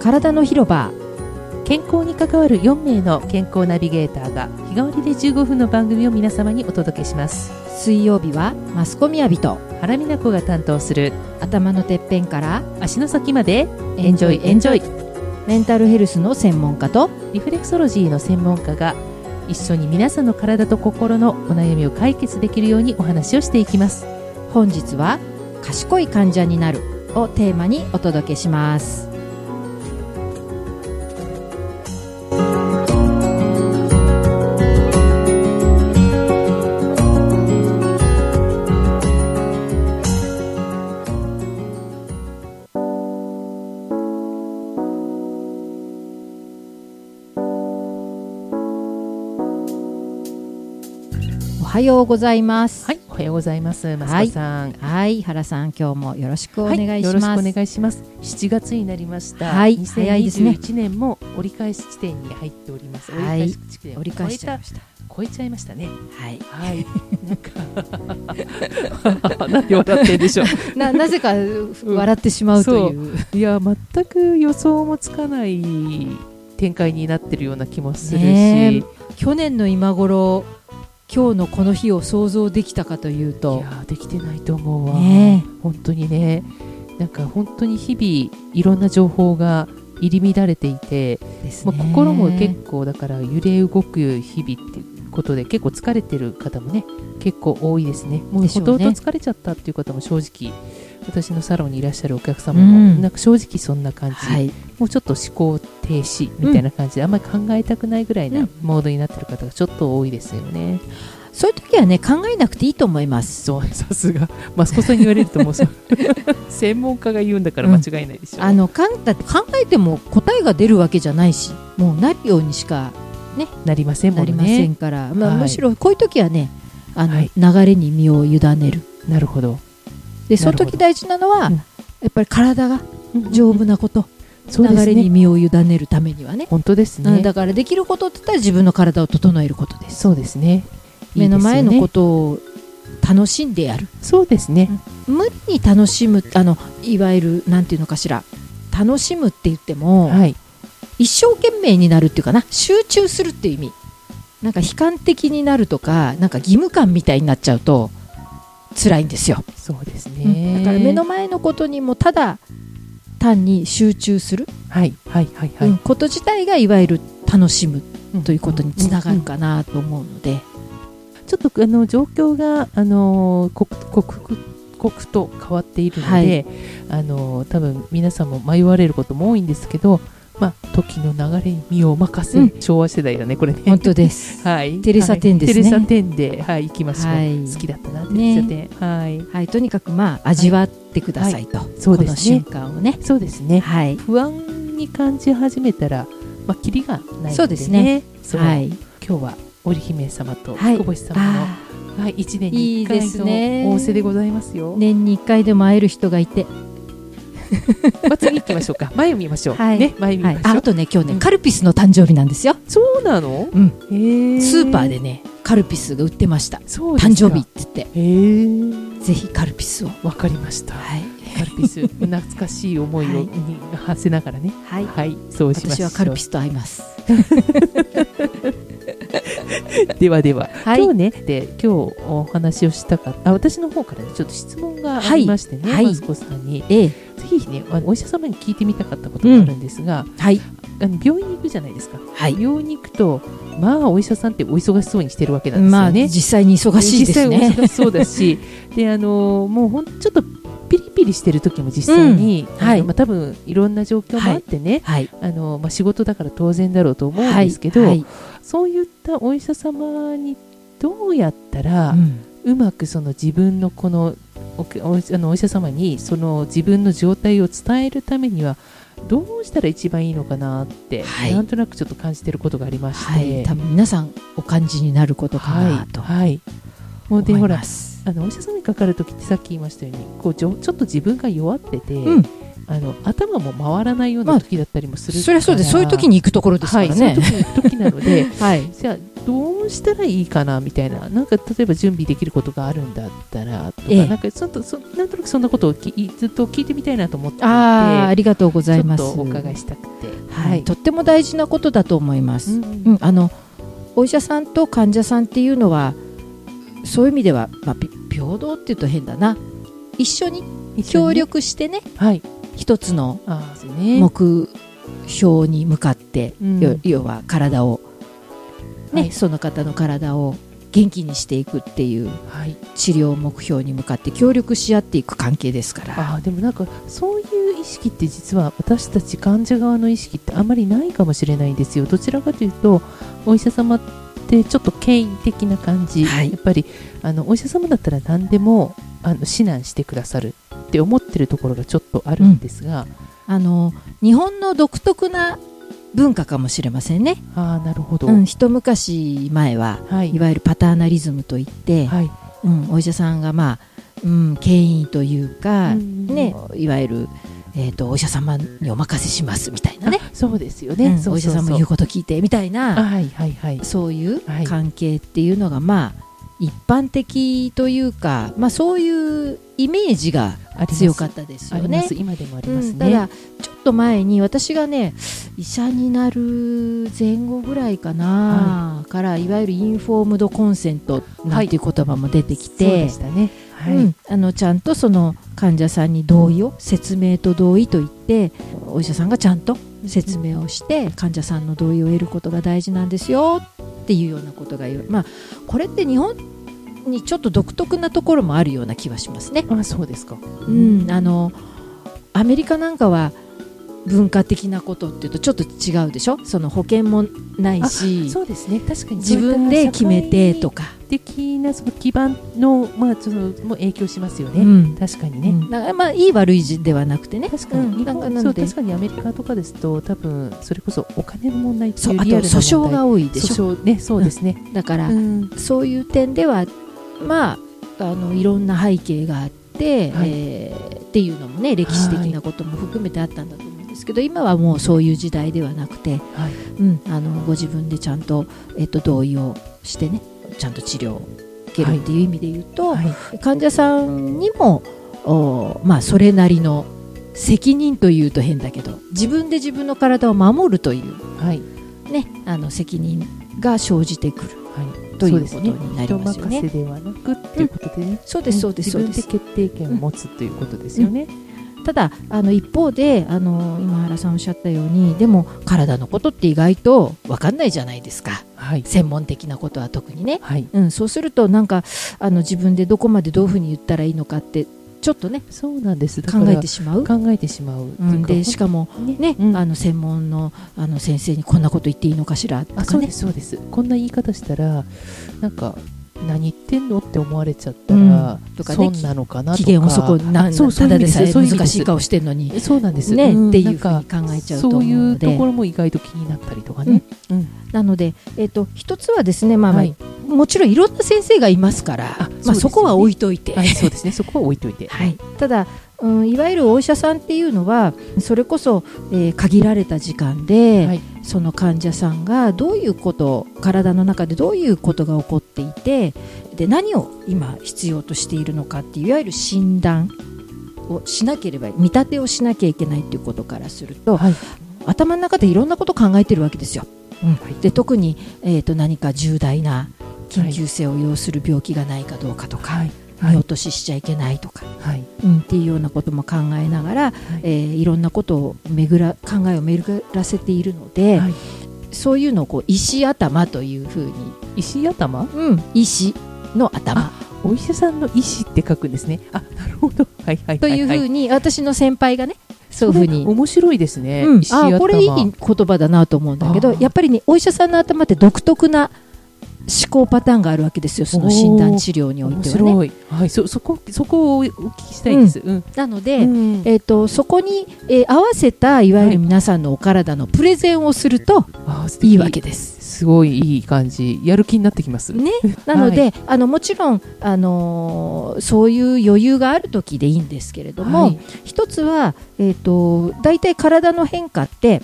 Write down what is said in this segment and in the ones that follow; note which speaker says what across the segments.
Speaker 1: 体の広場健康に関わる4名の健康ナビゲーターが日替わりで15分の番組を皆様にお届けします
Speaker 2: 水曜日はマスコミアビと
Speaker 1: 原美奈子が担当する
Speaker 2: 頭のてっぺんから
Speaker 1: 足の先まで
Speaker 2: エンジョイエンジョイメンタルヘルスの専門家と
Speaker 1: リフレクソロジーの専門家が一緒に皆さんの体と心のお悩みを解決できるようにお話をしていきます
Speaker 2: 本日は賢い患者になるをテーマにお届けしますおはようございます
Speaker 1: はいおはようございますマスコさん、
Speaker 2: はい原さん今日もよろしくお願いします、
Speaker 1: はよろしくお願いします7月になりました、
Speaker 2: はい早いですね
Speaker 1: 2021年も折り返し地点に入っております、
Speaker 2: はい
Speaker 1: 折り返し地点を
Speaker 2: 折り返しちゃいま
Speaker 1: 超
Speaker 2: した
Speaker 1: えた超えちゃいましたね
Speaker 2: はい
Speaker 1: はいなん かなんで笑ってんでしょ
Speaker 2: な なぜか笑ってしまうという
Speaker 1: う いや全く予想もつかない展開になってるような気もするし、
Speaker 2: ねえ去年の今頃今日のこの日を想像できたかという
Speaker 1: いや
Speaker 2: と
Speaker 1: ーできてないと思うわ、
Speaker 2: ね
Speaker 1: 本当にねなんか本当に日々いろんな情報が入り乱れていて、
Speaker 2: です
Speaker 1: ま
Speaker 2: ね
Speaker 1: あ、心も結構だから揺れ動く日々っていうことで結構疲れてる方もね結構多いですねもう
Speaker 2: でし
Speaker 1: ほ
Speaker 2: ょう
Speaker 1: と
Speaker 2: ね
Speaker 1: んど疲れちゃったっていう方も正直私のサロンにいらっしゃるお客様
Speaker 2: う
Speaker 1: も
Speaker 2: ん
Speaker 1: なんか正直そんな感じ、
Speaker 2: はい
Speaker 1: もうちょっと思考停止みたいな感じで、あんまり考えたくないぐらいな
Speaker 2: うん
Speaker 1: モードになってる方がちょっと多いですよね。
Speaker 2: そういう時はね考えなくていいと思います
Speaker 1: そうさすが マスコさんに言われると もうそう専門家が言うんだから間違いないでしょ。
Speaker 2: あのかんだって考えても答えが出るわけじゃないしもうなるようにしか
Speaker 1: なりませんも
Speaker 2: なん
Speaker 1: ね。
Speaker 2: りませんから、まあ、
Speaker 1: はい
Speaker 2: むしろこういう時はねあの、
Speaker 1: はい
Speaker 2: 流れに身を委ねる
Speaker 1: なるほど。
Speaker 2: でその時大事なのは、
Speaker 1: うん
Speaker 2: やっぱり体が丈夫なこと、
Speaker 1: そうです
Speaker 2: 流れに
Speaker 1: ね。
Speaker 2: 身を委ねるためにはね
Speaker 1: 本当です
Speaker 2: うん
Speaker 1: ね。
Speaker 2: だからできることって言ったら自分の体を整えることです
Speaker 1: そうですね。。
Speaker 2: 目の前のこととを楽しんでやる
Speaker 1: そうですね。
Speaker 2: 無理に楽しむあのいわゆるなんていうのかしら楽しむって言っても、
Speaker 1: はい。
Speaker 2: 一生懸命になるっていうかな集中するっていう意味なんか悲観的になるとかなんか義務感みたいになっちゃうと辛いんですよ、
Speaker 1: そうですね。
Speaker 2: だから目の前のことにもただ単に集中する、
Speaker 1: はいはいはいはい。
Speaker 2: うんこと自体がいわゆる楽しむ
Speaker 1: うん
Speaker 2: ということにつながるかなと思うので、
Speaker 1: ちょっとあの状況があの刻刻刻と変わっているので、
Speaker 2: はい
Speaker 1: あの多分皆さんも迷われることも多いんですけど、まあ、時の流れに身を任せ、
Speaker 2: うん
Speaker 1: 昭和世代だねこれね。
Speaker 2: 本当です。
Speaker 1: はい、
Speaker 2: テレサテンですね
Speaker 1: はいテレサテンで、はい、行きましょう、
Speaker 2: はい
Speaker 1: 好きだったなテレサテン、はい
Speaker 2: はい、とにかくまあ味わってくださいと、
Speaker 1: そう
Speaker 2: こ
Speaker 1: で
Speaker 2: の
Speaker 1: す
Speaker 2: 瞬
Speaker 1: ね
Speaker 2: 間をね。
Speaker 1: そうですね
Speaker 2: はい、
Speaker 1: 不安に感じ始めたら、まあ、キリがないので、ね、
Speaker 2: そうですね
Speaker 1: そう
Speaker 2: はい、
Speaker 1: 今日は織姫様と
Speaker 2: はい
Speaker 1: 久保志様の、
Speaker 2: あ
Speaker 1: はい、1年に1
Speaker 2: いいですね
Speaker 1: 回の仰せでございますよ。
Speaker 2: ー年に一回でも会える人がいて、
Speaker 1: まあ、次行きましょうか。 前を見ましょう。
Speaker 2: はい
Speaker 1: ね、前見ま
Speaker 2: は
Speaker 1: し
Speaker 2: い
Speaker 1: ょう。、
Speaker 2: ああとね今日ね、
Speaker 1: うん
Speaker 2: カルピスの誕生日なんですよ。
Speaker 1: そうなの？
Speaker 2: うん
Speaker 1: へー
Speaker 2: スーパーで。ねカルピスが売ってました
Speaker 1: そうですか
Speaker 2: 誕生日っ。つって
Speaker 1: へー
Speaker 2: ぜひカルピスを
Speaker 1: わかりました。
Speaker 2: はい、
Speaker 1: カルピス懐かしい 思いを
Speaker 2: はい
Speaker 1: に馳せながらね。
Speaker 2: は
Speaker 1: はい、そうしま
Speaker 2: 私
Speaker 1: しょう。
Speaker 2: はカルピスと合います
Speaker 1: ではでは、
Speaker 2: はい
Speaker 1: 今日ねで今日お話をしたかあ私の方からねちょっと質問がありましてね、
Speaker 2: はい
Speaker 1: マスコさんに
Speaker 2: ええ
Speaker 1: ぜひねあのお医者様に聞いてみたかったことがあるんですが、
Speaker 2: はい
Speaker 1: あの病院に行くじゃないですか。
Speaker 2: はい
Speaker 1: 病院に行くとまあお医者さんってお忙しそうにしてるわけなんです
Speaker 2: ま
Speaker 1: よ
Speaker 2: あ
Speaker 1: ね。
Speaker 2: 実際に忙しいです
Speaker 1: 実
Speaker 2: ね
Speaker 1: 際お忙しそうだ しであのもうほんちょっとピリピリしてる時も実際に、
Speaker 2: うんはい
Speaker 1: あのまあ、多分いろんな状況もあってね、
Speaker 2: はい
Speaker 1: あのまあ、仕事だから当然だろうと思うん
Speaker 2: はい
Speaker 1: ですけど、
Speaker 2: はい
Speaker 1: そういったお医者様にどうやったら、
Speaker 2: う
Speaker 1: うんまくその自分のこのおおあのお医者様にその自分の状態を伝えるためにはどうしたら一番いいのかなって、
Speaker 2: はい
Speaker 1: なんとなくちょっと感じてることがありまして、
Speaker 2: はい、多分皆さんお感じになることかなと
Speaker 1: はいはい、もうで
Speaker 2: 思
Speaker 1: ほ
Speaker 2: い
Speaker 1: ら
Speaker 2: ます、
Speaker 1: あのお医者さんにかかるときってさっき言いましたようにこうじょちょっと自分が弱ってて、
Speaker 2: うん
Speaker 1: あの頭も回らないよう
Speaker 2: まあ
Speaker 1: な時だったりもするから、
Speaker 2: そりゃそうですそういう時に行くところですから
Speaker 1: はい、
Speaker 2: ね
Speaker 1: そういう時に時なので
Speaker 2: はい
Speaker 1: じゃあどうしたらいいかなみたいななんか例えば準備できることがあるんだったらとか、
Speaker 2: ええ
Speaker 1: なんかそんとそなんとなくそんなことをきずっと聞いてみたいなと思っていて
Speaker 2: ああありがとうございます
Speaker 1: ちょっとお伺いしたくて
Speaker 2: は、
Speaker 1: はい
Speaker 2: とっても大事なことだと思います、うんあのお医者さんと患者さんっていうのはそういう意味では、まあ、ぴ平等っていうと変だな一緒に協力してね
Speaker 1: はい
Speaker 2: 一つの
Speaker 1: ああそうね
Speaker 2: 目標に向かって、
Speaker 1: うん
Speaker 2: よ要は体を、ね
Speaker 1: はい
Speaker 2: その方の体を元気にしていくっていう
Speaker 1: はい
Speaker 2: 治療目標に向かって協力し合っていく関係ですから
Speaker 1: ああでもなんかそういう意識って実は私たち患者側の意識ってあんまりないかもしれないんですよどちらかというとお医者様ってちょっと権威的な感じ、
Speaker 2: はい
Speaker 1: やっぱりあのお医者様だったら何でもあの指南してくださるって思ってるところがちょっとあるんですが、
Speaker 2: あの日本の独特な文化かもしれませんね
Speaker 1: ああなるほど、
Speaker 2: うん、一昔前は
Speaker 1: はい
Speaker 2: いわゆるパターナリズムといって、
Speaker 1: はい、
Speaker 2: うん、お医者さんがまあ、うん、権威というか、
Speaker 1: うん
Speaker 2: ね、いわゆる、えー、とお医者様にお任せしますみたいなね
Speaker 1: あそうですよね、
Speaker 2: うん
Speaker 1: そう
Speaker 2: お医者
Speaker 1: そう
Speaker 2: さん
Speaker 1: そ
Speaker 2: も
Speaker 1: う
Speaker 2: 言うこと聞いてみたい
Speaker 1: あ
Speaker 2: な
Speaker 1: はいはいはい
Speaker 2: そういう
Speaker 1: はい
Speaker 2: 関係っていうのが、まあ一般的というか、まあ、そういうイメージが
Speaker 1: あります
Speaker 2: 強かったです
Speaker 1: あ
Speaker 2: よ
Speaker 1: りま
Speaker 2: ね
Speaker 1: す。今でもあり
Speaker 2: う
Speaker 1: ます
Speaker 2: ん、
Speaker 1: ね、
Speaker 2: ただちょっと前に私がね医者になる前後ぐらいかな、からいわゆるインフォームドコンセントなんていう言葉も出てき
Speaker 1: そう
Speaker 2: て、
Speaker 1: でしたねはい、
Speaker 2: うんあのちゃんとその患者さんに同意を説明と同意と言ってお医者さんがちゃんと説明をして患者さんの同意を得ることが大事なんですよっていうようなことが言うまあこれって日本にちょっと独特なところもあるような気はしますね。
Speaker 1: あそうですか
Speaker 2: うん、あのアメリカなんかは文化的なことっていうとちょっと違うでしょその保険もないし
Speaker 1: そうですね確かに
Speaker 2: 自分で決めてと
Speaker 1: か
Speaker 2: か、
Speaker 1: 的なその基盤の,、まあ、そのも影響しますよね、
Speaker 2: うん
Speaker 1: 確かに
Speaker 2: う
Speaker 1: ね、
Speaker 2: んだからまあいい悪いではなくてね
Speaker 1: 確かに、
Speaker 2: うん
Speaker 1: 日
Speaker 2: な
Speaker 1: 本
Speaker 2: んかな
Speaker 1: そ
Speaker 2: の
Speaker 1: う
Speaker 2: で
Speaker 1: 確かにアメリカとかですと多分それこそお金の問題って
Speaker 2: そ
Speaker 1: いうう
Speaker 2: あと
Speaker 1: リアルな問題
Speaker 2: 訴訟が多いでしょ
Speaker 1: 訴訟ねそうですね、
Speaker 2: だから、
Speaker 1: うん
Speaker 2: そういう点ではまああのいろんな背景があって、
Speaker 1: はい
Speaker 2: えーっていうのもね歴史的なことも含めてあったんだと思うんですけど、今はもうそういう時代ではなくて、
Speaker 1: はい
Speaker 2: うん、あのご自分でちゃんと、えっと、同意をしてねちゃんと治療を受けるっていう意味で言うと、
Speaker 1: はい
Speaker 2: 患者さんにもお、まあ、それなりの責任というと変だけど自分で自分の体を守るとい
Speaker 1: はい、
Speaker 2: う、ね、あの責任が生じてくる
Speaker 1: はい
Speaker 2: とい
Speaker 1: そうう
Speaker 2: こ
Speaker 1: で
Speaker 2: と
Speaker 1: すね
Speaker 2: になり
Speaker 1: 人
Speaker 2: ますよね
Speaker 1: 任。せではなくっていうことでね、
Speaker 2: そうですそうですそうです
Speaker 1: 自分で決定権を持つということですよね、
Speaker 2: ただあの一方であの今原さんおっしゃったようにでも体のことって意外と分かんないじゃないですか
Speaker 1: はい
Speaker 2: 専門的なことは特にね。
Speaker 1: はい
Speaker 2: うん、そうするとなんかあの自分でどこまでどういうふうに言ったらいいのかってちょっとね
Speaker 1: そうなんですだか
Speaker 2: 考
Speaker 1: ら
Speaker 2: えてしまう。
Speaker 1: 考えてしまうって
Speaker 2: う、
Speaker 1: いうんか
Speaker 2: でしかも
Speaker 1: ね
Speaker 2: ね、
Speaker 1: うん
Speaker 2: あの専門のあの先生にこんなこと言っていいのかしらと
Speaker 1: あ
Speaker 2: か
Speaker 1: そう
Speaker 2: ね
Speaker 1: ですそうですこんな言い方したらなんか何言ってんのって思われちゃったら、
Speaker 2: うんとかね
Speaker 1: 損なのかなとか
Speaker 2: 期限をそこなん
Speaker 1: そうそう
Speaker 2: た
Speaker 1: いう
Speaker 2: だ
Speaker 1: 意味
Speaker 2: でさえ
Speaker 1: ですそういう意味
Speaker 2: 難しい
Speaker 1: です
Speaker 2: 顔してるのに、
Speaker 1: そうなんです
Speaker 2: ね
Speaker 1: ん
Speaker 2: っていうふう
Speaker 1: なん
Speaker 2: に
Speaker 1: か
Speaker 2: 考えちゃうと思う
Speaker 1: そうい
Speaker 2: の
Speaker 1: う
Speaker 2: で
Speaker 1: ところも意外と気になったりとかね、うん
Speaker 2: なので、えっと一つはですね、まあまあ
Speaker 1: はい
Speaker 2: もちろんいろんな先生がいますから
Speaker 1: あそう
Speaker 2: そ,、まあ、
Speaker 1: です
Speaker 2: そ
Speaker 1: よね
Speaker 2: こは置いといて、
Speaker 1: はい、そうですねそこは置いといて
Speaker 2: はい、ただ、うん、いわゆるお医者さんっていうのはそれこそ、えー限られた時間で、
Speaker 1: はい
Speaker 2: その患者さんがどういうこと体の中でどういうことが起こっていてで何を今必要としているのかっていういわゆる診断をしなければ見立てをしなきゃいけないっていうことからすると
Speaker 1: はい
Speaker 2: 頭の中でいろんなことを考えてるわけですよ。
Speaker 1: はい
Speaker 2: で特に、えー、と何か重大な緊急性を要する病気がないかどうかとか、
Speaker 1: はい
Speaker 2: 見落とししちゃいけないとか、
Speaker 1: はい
Speaker 2: うん、っていうようなことも考えながら、いえーいろんなことを巡ら考えを巡らせているので、
Speaker 1: はい
Speaker 2: そういうのをこう石頭というふうに、
Speaker 1: 石頭
Speaker 2: うん、石の頭
Speaker 1: お医者さんの石って書くんですねあなるほどはいはい
Speaker 2: というふ
Speaker 1: は
Speaker 2: う
Speaker 1: は
Speaker 2: に私の先輩がねそういうふうに。
Speaker 1: 面白いですね、
Speaker 2: うん、
Speaker 1: 石頭
Speaker 2: あこれいい言葉だなと思うんだけ
Speaker 1: あ
Speaker 2: ど
Speaker 1: ー
Speaker 2: やっぱりねお医者さんの頭って独特な思考パターンがあるわけですよその診断治療におい
Speaker 1: 面
Speaker 2: てはね。
Speaker 1: 白い、はい、そそこそこをお聞きしたいです、うん
Speaker 2: なので、
Speaker 1: うん
Speaker 2: えー、とそこに、えー合わせたいわ
Speaker 1: は
Speaker 2: ゆる
Speaker 1: い
Speaker 2: 皆さんのお体のプレゼンをすると
Speaker 1: あー素敵
Speaker 2: いいわけです。
Speaker 1: すごいいい感じやる気になってきます、
Speaker 2: ね、なので、あのもちろん、あのーそういう余裕がある時でいいんですけれども、
Speaker 1: はい
Speaker 2: 一つは、えー、と大体体の変化って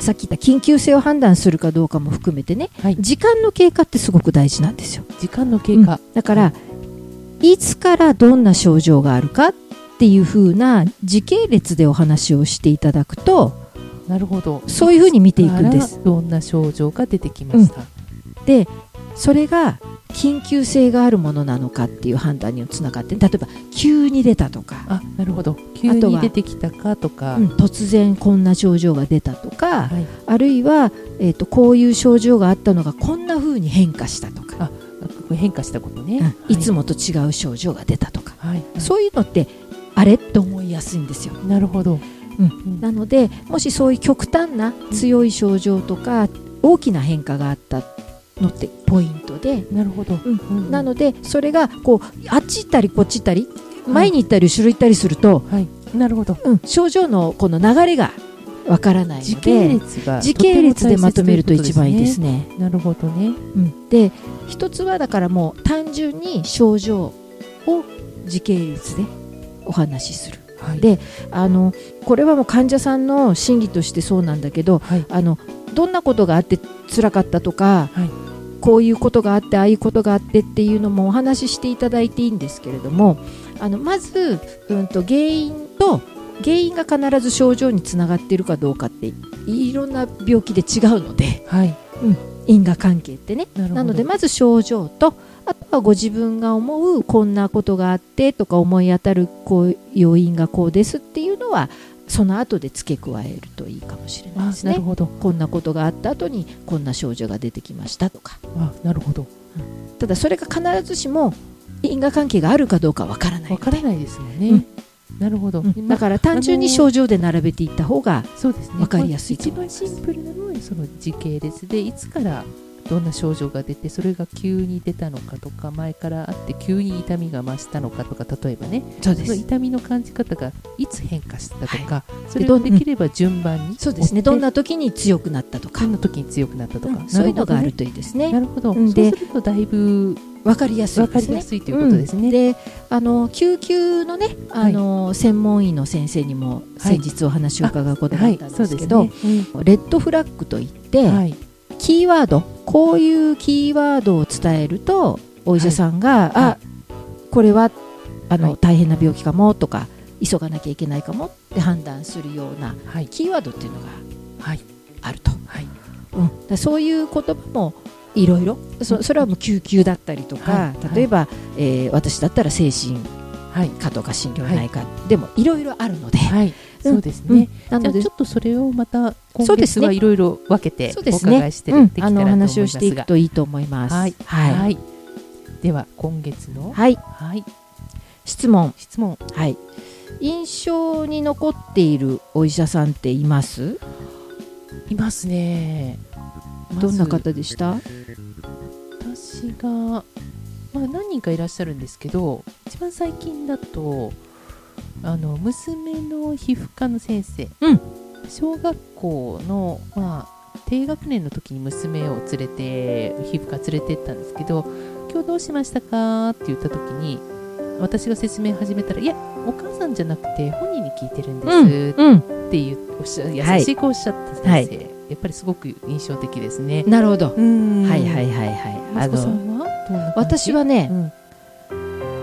Speaker 2: さっき言った緊急性を判断するかどうかも含めてね
Speaker 1: はい、
Speaker 2: 時間の経過ってすごく大事なんですよ
Speaker 1: 時間の経過、
Speaker 2: だからいつからどんな症状があるかっていう風な時系列でお話をしていただくと
Speaker 1: なるほど
Speaker 2: そういう風に見ていくんで
Speaker 1: か
Speaker 2: す
Speaker 1: らどんな症状が出てきました、
Speaker 2: でそれが緊急性があるものなのかっていう判断にもつながって例えば急に出たとか、
Speaker 1: あなるほど急に出てきたかとか
Speaker 2: うん突然こんな症状が出たとか
Speaker 1: はい、
Speaker 2: あるいは、えー、とこういう症状があったのがこんな風に変化したとか、
Speaker 1: 変化したことね、
Speaker 2: うん、
Speaker 1: はい
Speaker 2: つもと違う症状が出たとか、
Speaker 1: はい、
Speaker 2: そういうのってあれって思いやすいんですよ。
Speaker 1: なるほど、
Speaker 2: うん
Speaker 1: ん
Speaker 2: なのでもしそういう極端な強い症状とか大きな変化があったのってポイントで、
Speaker 1: なるほど、
Speaker 2: うん
Speaker 1: うん
Speaker 2: なのでそれがこうあっち行ったりこっち行ったり
Speaker 1: い
Speaker 2: 前に行ったり後ろ行ったりすると、
Speaker 1: はいなるほど
Speaker 2: うん症状のこの流れがわからない
Speaker 1: 時
Speaker 2: の
Speaker 1: 系
Speaker 2: で
Speaker 1: 列が
Speaker 2: 時系列でまとめると
Speaker 1: いうこ
Speaker 2: 一番いいですね。
Speaker 1: なるほどね
Speaker 2: うん、で一つはだからもう単純に症状を時系列でお話しする
Speaker 1: はい
Speaker 2: であのこれはもう患者さんの心理としてそうなんだけど
Speaker 1: はい
Speaker 2: あのどんなことがあって辛かったとか、
Speaker 1: はい
Speaker 2: こういうことがあってああいうことがあってっていうのもお話ししていただいていいんですけれどもあのまず、うん、と原因と原因が必ず症状につながっているかどうかっていろんな病気で違うので
Speaker 1: はい
Speaker 2: 因果関係ってね
Speaker 1: なるほど
Speaker 2: なのでまず症状とあとはご自分が思うこんなことがあってとか思い当たるこう要因がこうですっていうのはその後で付け加えるといいかもしれない
Speaker 1: あ
Speaker 2: です
Speaker 1: な
Speaker 2: ね
Speaker 1: る。ほど
Speaker 2: こんなことがあった後にこんな症状が出てきましたとか
Speaker 1: あなるほど
Speaker 2: ただそれが必ずしも因果関係があるかどうかわからない
Speaker 1: わからないですもんね、
Speaker 2: うん
Speaker 1: なるほど、
Speaker 2: うんだ
Speaker 1: ま
Speaker 2: から単純に症状で並べていった方が
Speaker 1: そうですね
Speaker 2: わかりやすいと
Speaker 1: 一
Speaker 2: 思い
Speaker 1: 番
Speaker 2: ます
Speaker 1: シンプルなのはその時系列でいつからどんな症状が出てそれが急に出たのかとか前からあって急に痛みが増したのかとか例えばね
Speaker 2: そうで
Speaker 1: その痛みの感じ方がいつ変化したとか、そ
Speaker 2: で
Speaker 1: れ
Speaker 2: ど
Speaker 1: を
Speaker 2: ん
Speaker 1: できれば順番に
Speaker 2: そうです
Speaker 1: 追
Speaker 2: ね
Speaker 1: っ
Speaker 2: ど
Speaker 1: て
Speaker 2: んな時に強くなったとか
Speaker 1: どんな時に強くなったとか、
Speaker 2: うんそういうのがある
Speaker 1: と
Speaker 2: といいですね
Speaker 1: なるほど、
Speaker 2: うん
Speaker 1: そう
Speaker 2: です
Speaker 1: るとだいぶ
Speaker 2: わかりやすい
Speaker 1: 分
Speaker 2: で
Speaker 1: か
Speaker 2: す
Speaker 1: り
Speaker 2: ね
Speaker 1: やすいということですね、
Speaker 2: であの救急のねあの、専門医の先生にも先日お話を伺うことが
Speaker 1: は
Speaker 2: あっ
Speaker 1: い
Speaker 2: たん
Speaker 1: そ
Speaker 2: で
Speaker 1: う
Speaker 2: す
Speaker 1: で
Speaker 2: け
Speaker 1: す
Speaker 2: ど、
Speaker 1: ね、うん
Speaker 2: レッドフラッグといって、
Speaker 1: はい
Speaker 2: キーワードこういうキーワードを伝えるとお医者さんが、あ、
Speaker 1: は
Speaker 2: これはあの、
Speaker 1: はい
Speaker 2: 大変な病気かもとか急がなきゃいけないかもって判断するような
Speaker 1: はい
Speaker 2: キーワードっていうのが
Speaker 1: はい
Speaker 2: あると、
Speaker 1: はい
Speaker 2: うん、だからそういう言葉もいろいろそそれはもう救急だったりとか、
Speaker 1: はいはい
Speaker 2: 例えば、えー私だったら精神
Speaker 1: はい
Speaker 2: 科とか診療内科、でもいろいろあるので、
Speaker 1: はい、そうです
Speaker 2: う
Speaker 1: ね
Speaker 2: ん、な
Speaker 1: じゃ
Speaker 2: の
Speaker 1: あち
Speaker 2: で
Speaker 1: ょっとそれをまた
Speaker 2: そ
Speaker 1: 今
Speaker 2: うで
Speaker 1: 月
Speaker 2: すね
Speaker 1: はいろいろ分けてお
Speaker 2: そうです
Speaker 1: 伺
Speaker 2: ね
Speaker 1: いしてでき
Speaker 2: うん、あ
Speaker 1: たらと思いま
Speaker 2: のお
Speaker 1: す
Speaker 2: 話
Speaker 1: が、
Speaker 2: をしていくといいと思います。
Speaker 1: はい
Speaker 2: はい
Speaker 1: はい、では今月の
Speaker 2: はい
Speaker 1: はい
Speaker 2: 質問、
Speaker 1: 質問
Speaker 2: はい、印象に残っているお医者さんっています
Speaker 1: いますね。
Speaker 2: どん
Speaker 1: ま
Speaker 2: な
Speaker 1: ず
Speaker 2: 方でした
Speaker 1: 私が、まあ、何人かいらっしゃるんですけど一番最近だとあの娘の皮膚科の先生、
Speaker 2: うん
Speaker 1: 小学校の、まあ、低学年の時に娘を連れて皮膚科連れてったんですけど「今日どうしましたか?」って言った時に私が説明始めたら「いやお母さんじゃなくて本人に聞いてるんです」
Speaker 2: うん、
Speaker 1: っていうおっしゃ優
Speaker 2: はい
Speaker 1: しくおっしゃった先生、
Speaker 2: はい
Speaker 1: やっぱりすごく印象的ですね。
Speaker 2: なるほど、
Speaker 1: うん
Speaker 2: はいはいはいはいあ
Speaker 1: 息子さ
Speaker 2: の
Speaker 1: んはどんな感じ
Speaker 2: 私はね、
Speaker 1: うん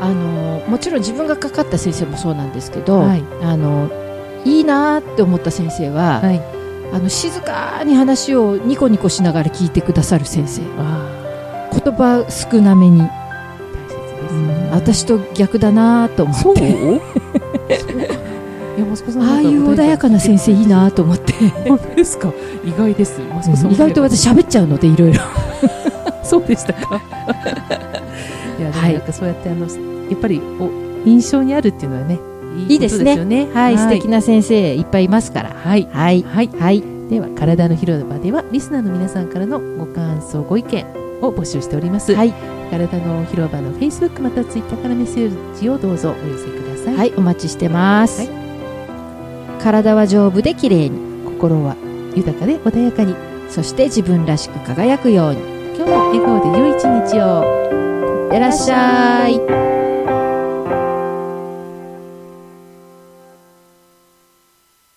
Speaker 2: あのもちろん自分がかかった先生もそうなんですけど、
Speaker 1: はい
Speaker 2: あのいいなーって思った先生は、
Speaker 1: はい
Speaker 2: あの静かに話をニコニコしながら聞いてくださる先生
Speaker 1: あ
Speaker 2: 言葉少なめに、
Speaker 1: あ大切です、
Speaker 2: 私と逆だなぁと思って
Speaker 1: そういや息子さん
Speaker 2: ああいう穏やかな先生いいなぁと思って
Speaker 1: 本当ですか意外です息子さん
Speaker 2: 意外と私喋っちゃうのでいろいろ
Speaker 1: そうでした かいやでも
Speaker 2: はい
Speaker 1: なんかそうやってあのやっぱりお印象にあるっていうのはね
Speaker 2: いいで
Speaker 1: こ
Speaker 2: すね
Speaker 1: とですよね
Speaker 2: はい素敵な先生いっぱいいますから
Speaker 1: はい
Speaker 2: はい
Speaker 1: はい
Speaker 2: はい
Speaker 1: では体の広場ではリスナーの皆さんからのご感想ご意見を募集しております、
Speaker 2: はい、
Speaker 1: 体の広場の Facebook また Twitter からメッセージをどうぞお寄せください、
Speaker 2: はい、お待ちしてます、
Speaker 1: は
Speaker 2: 体は丈夫で綺麗に
Speaker 1: 心は豊かで穏やかに
Speaker 2: そして自分らしく輝くようにい
Speaker 1: 今日も笑顔で良い一日を
Speaker 2: ってらっしゃい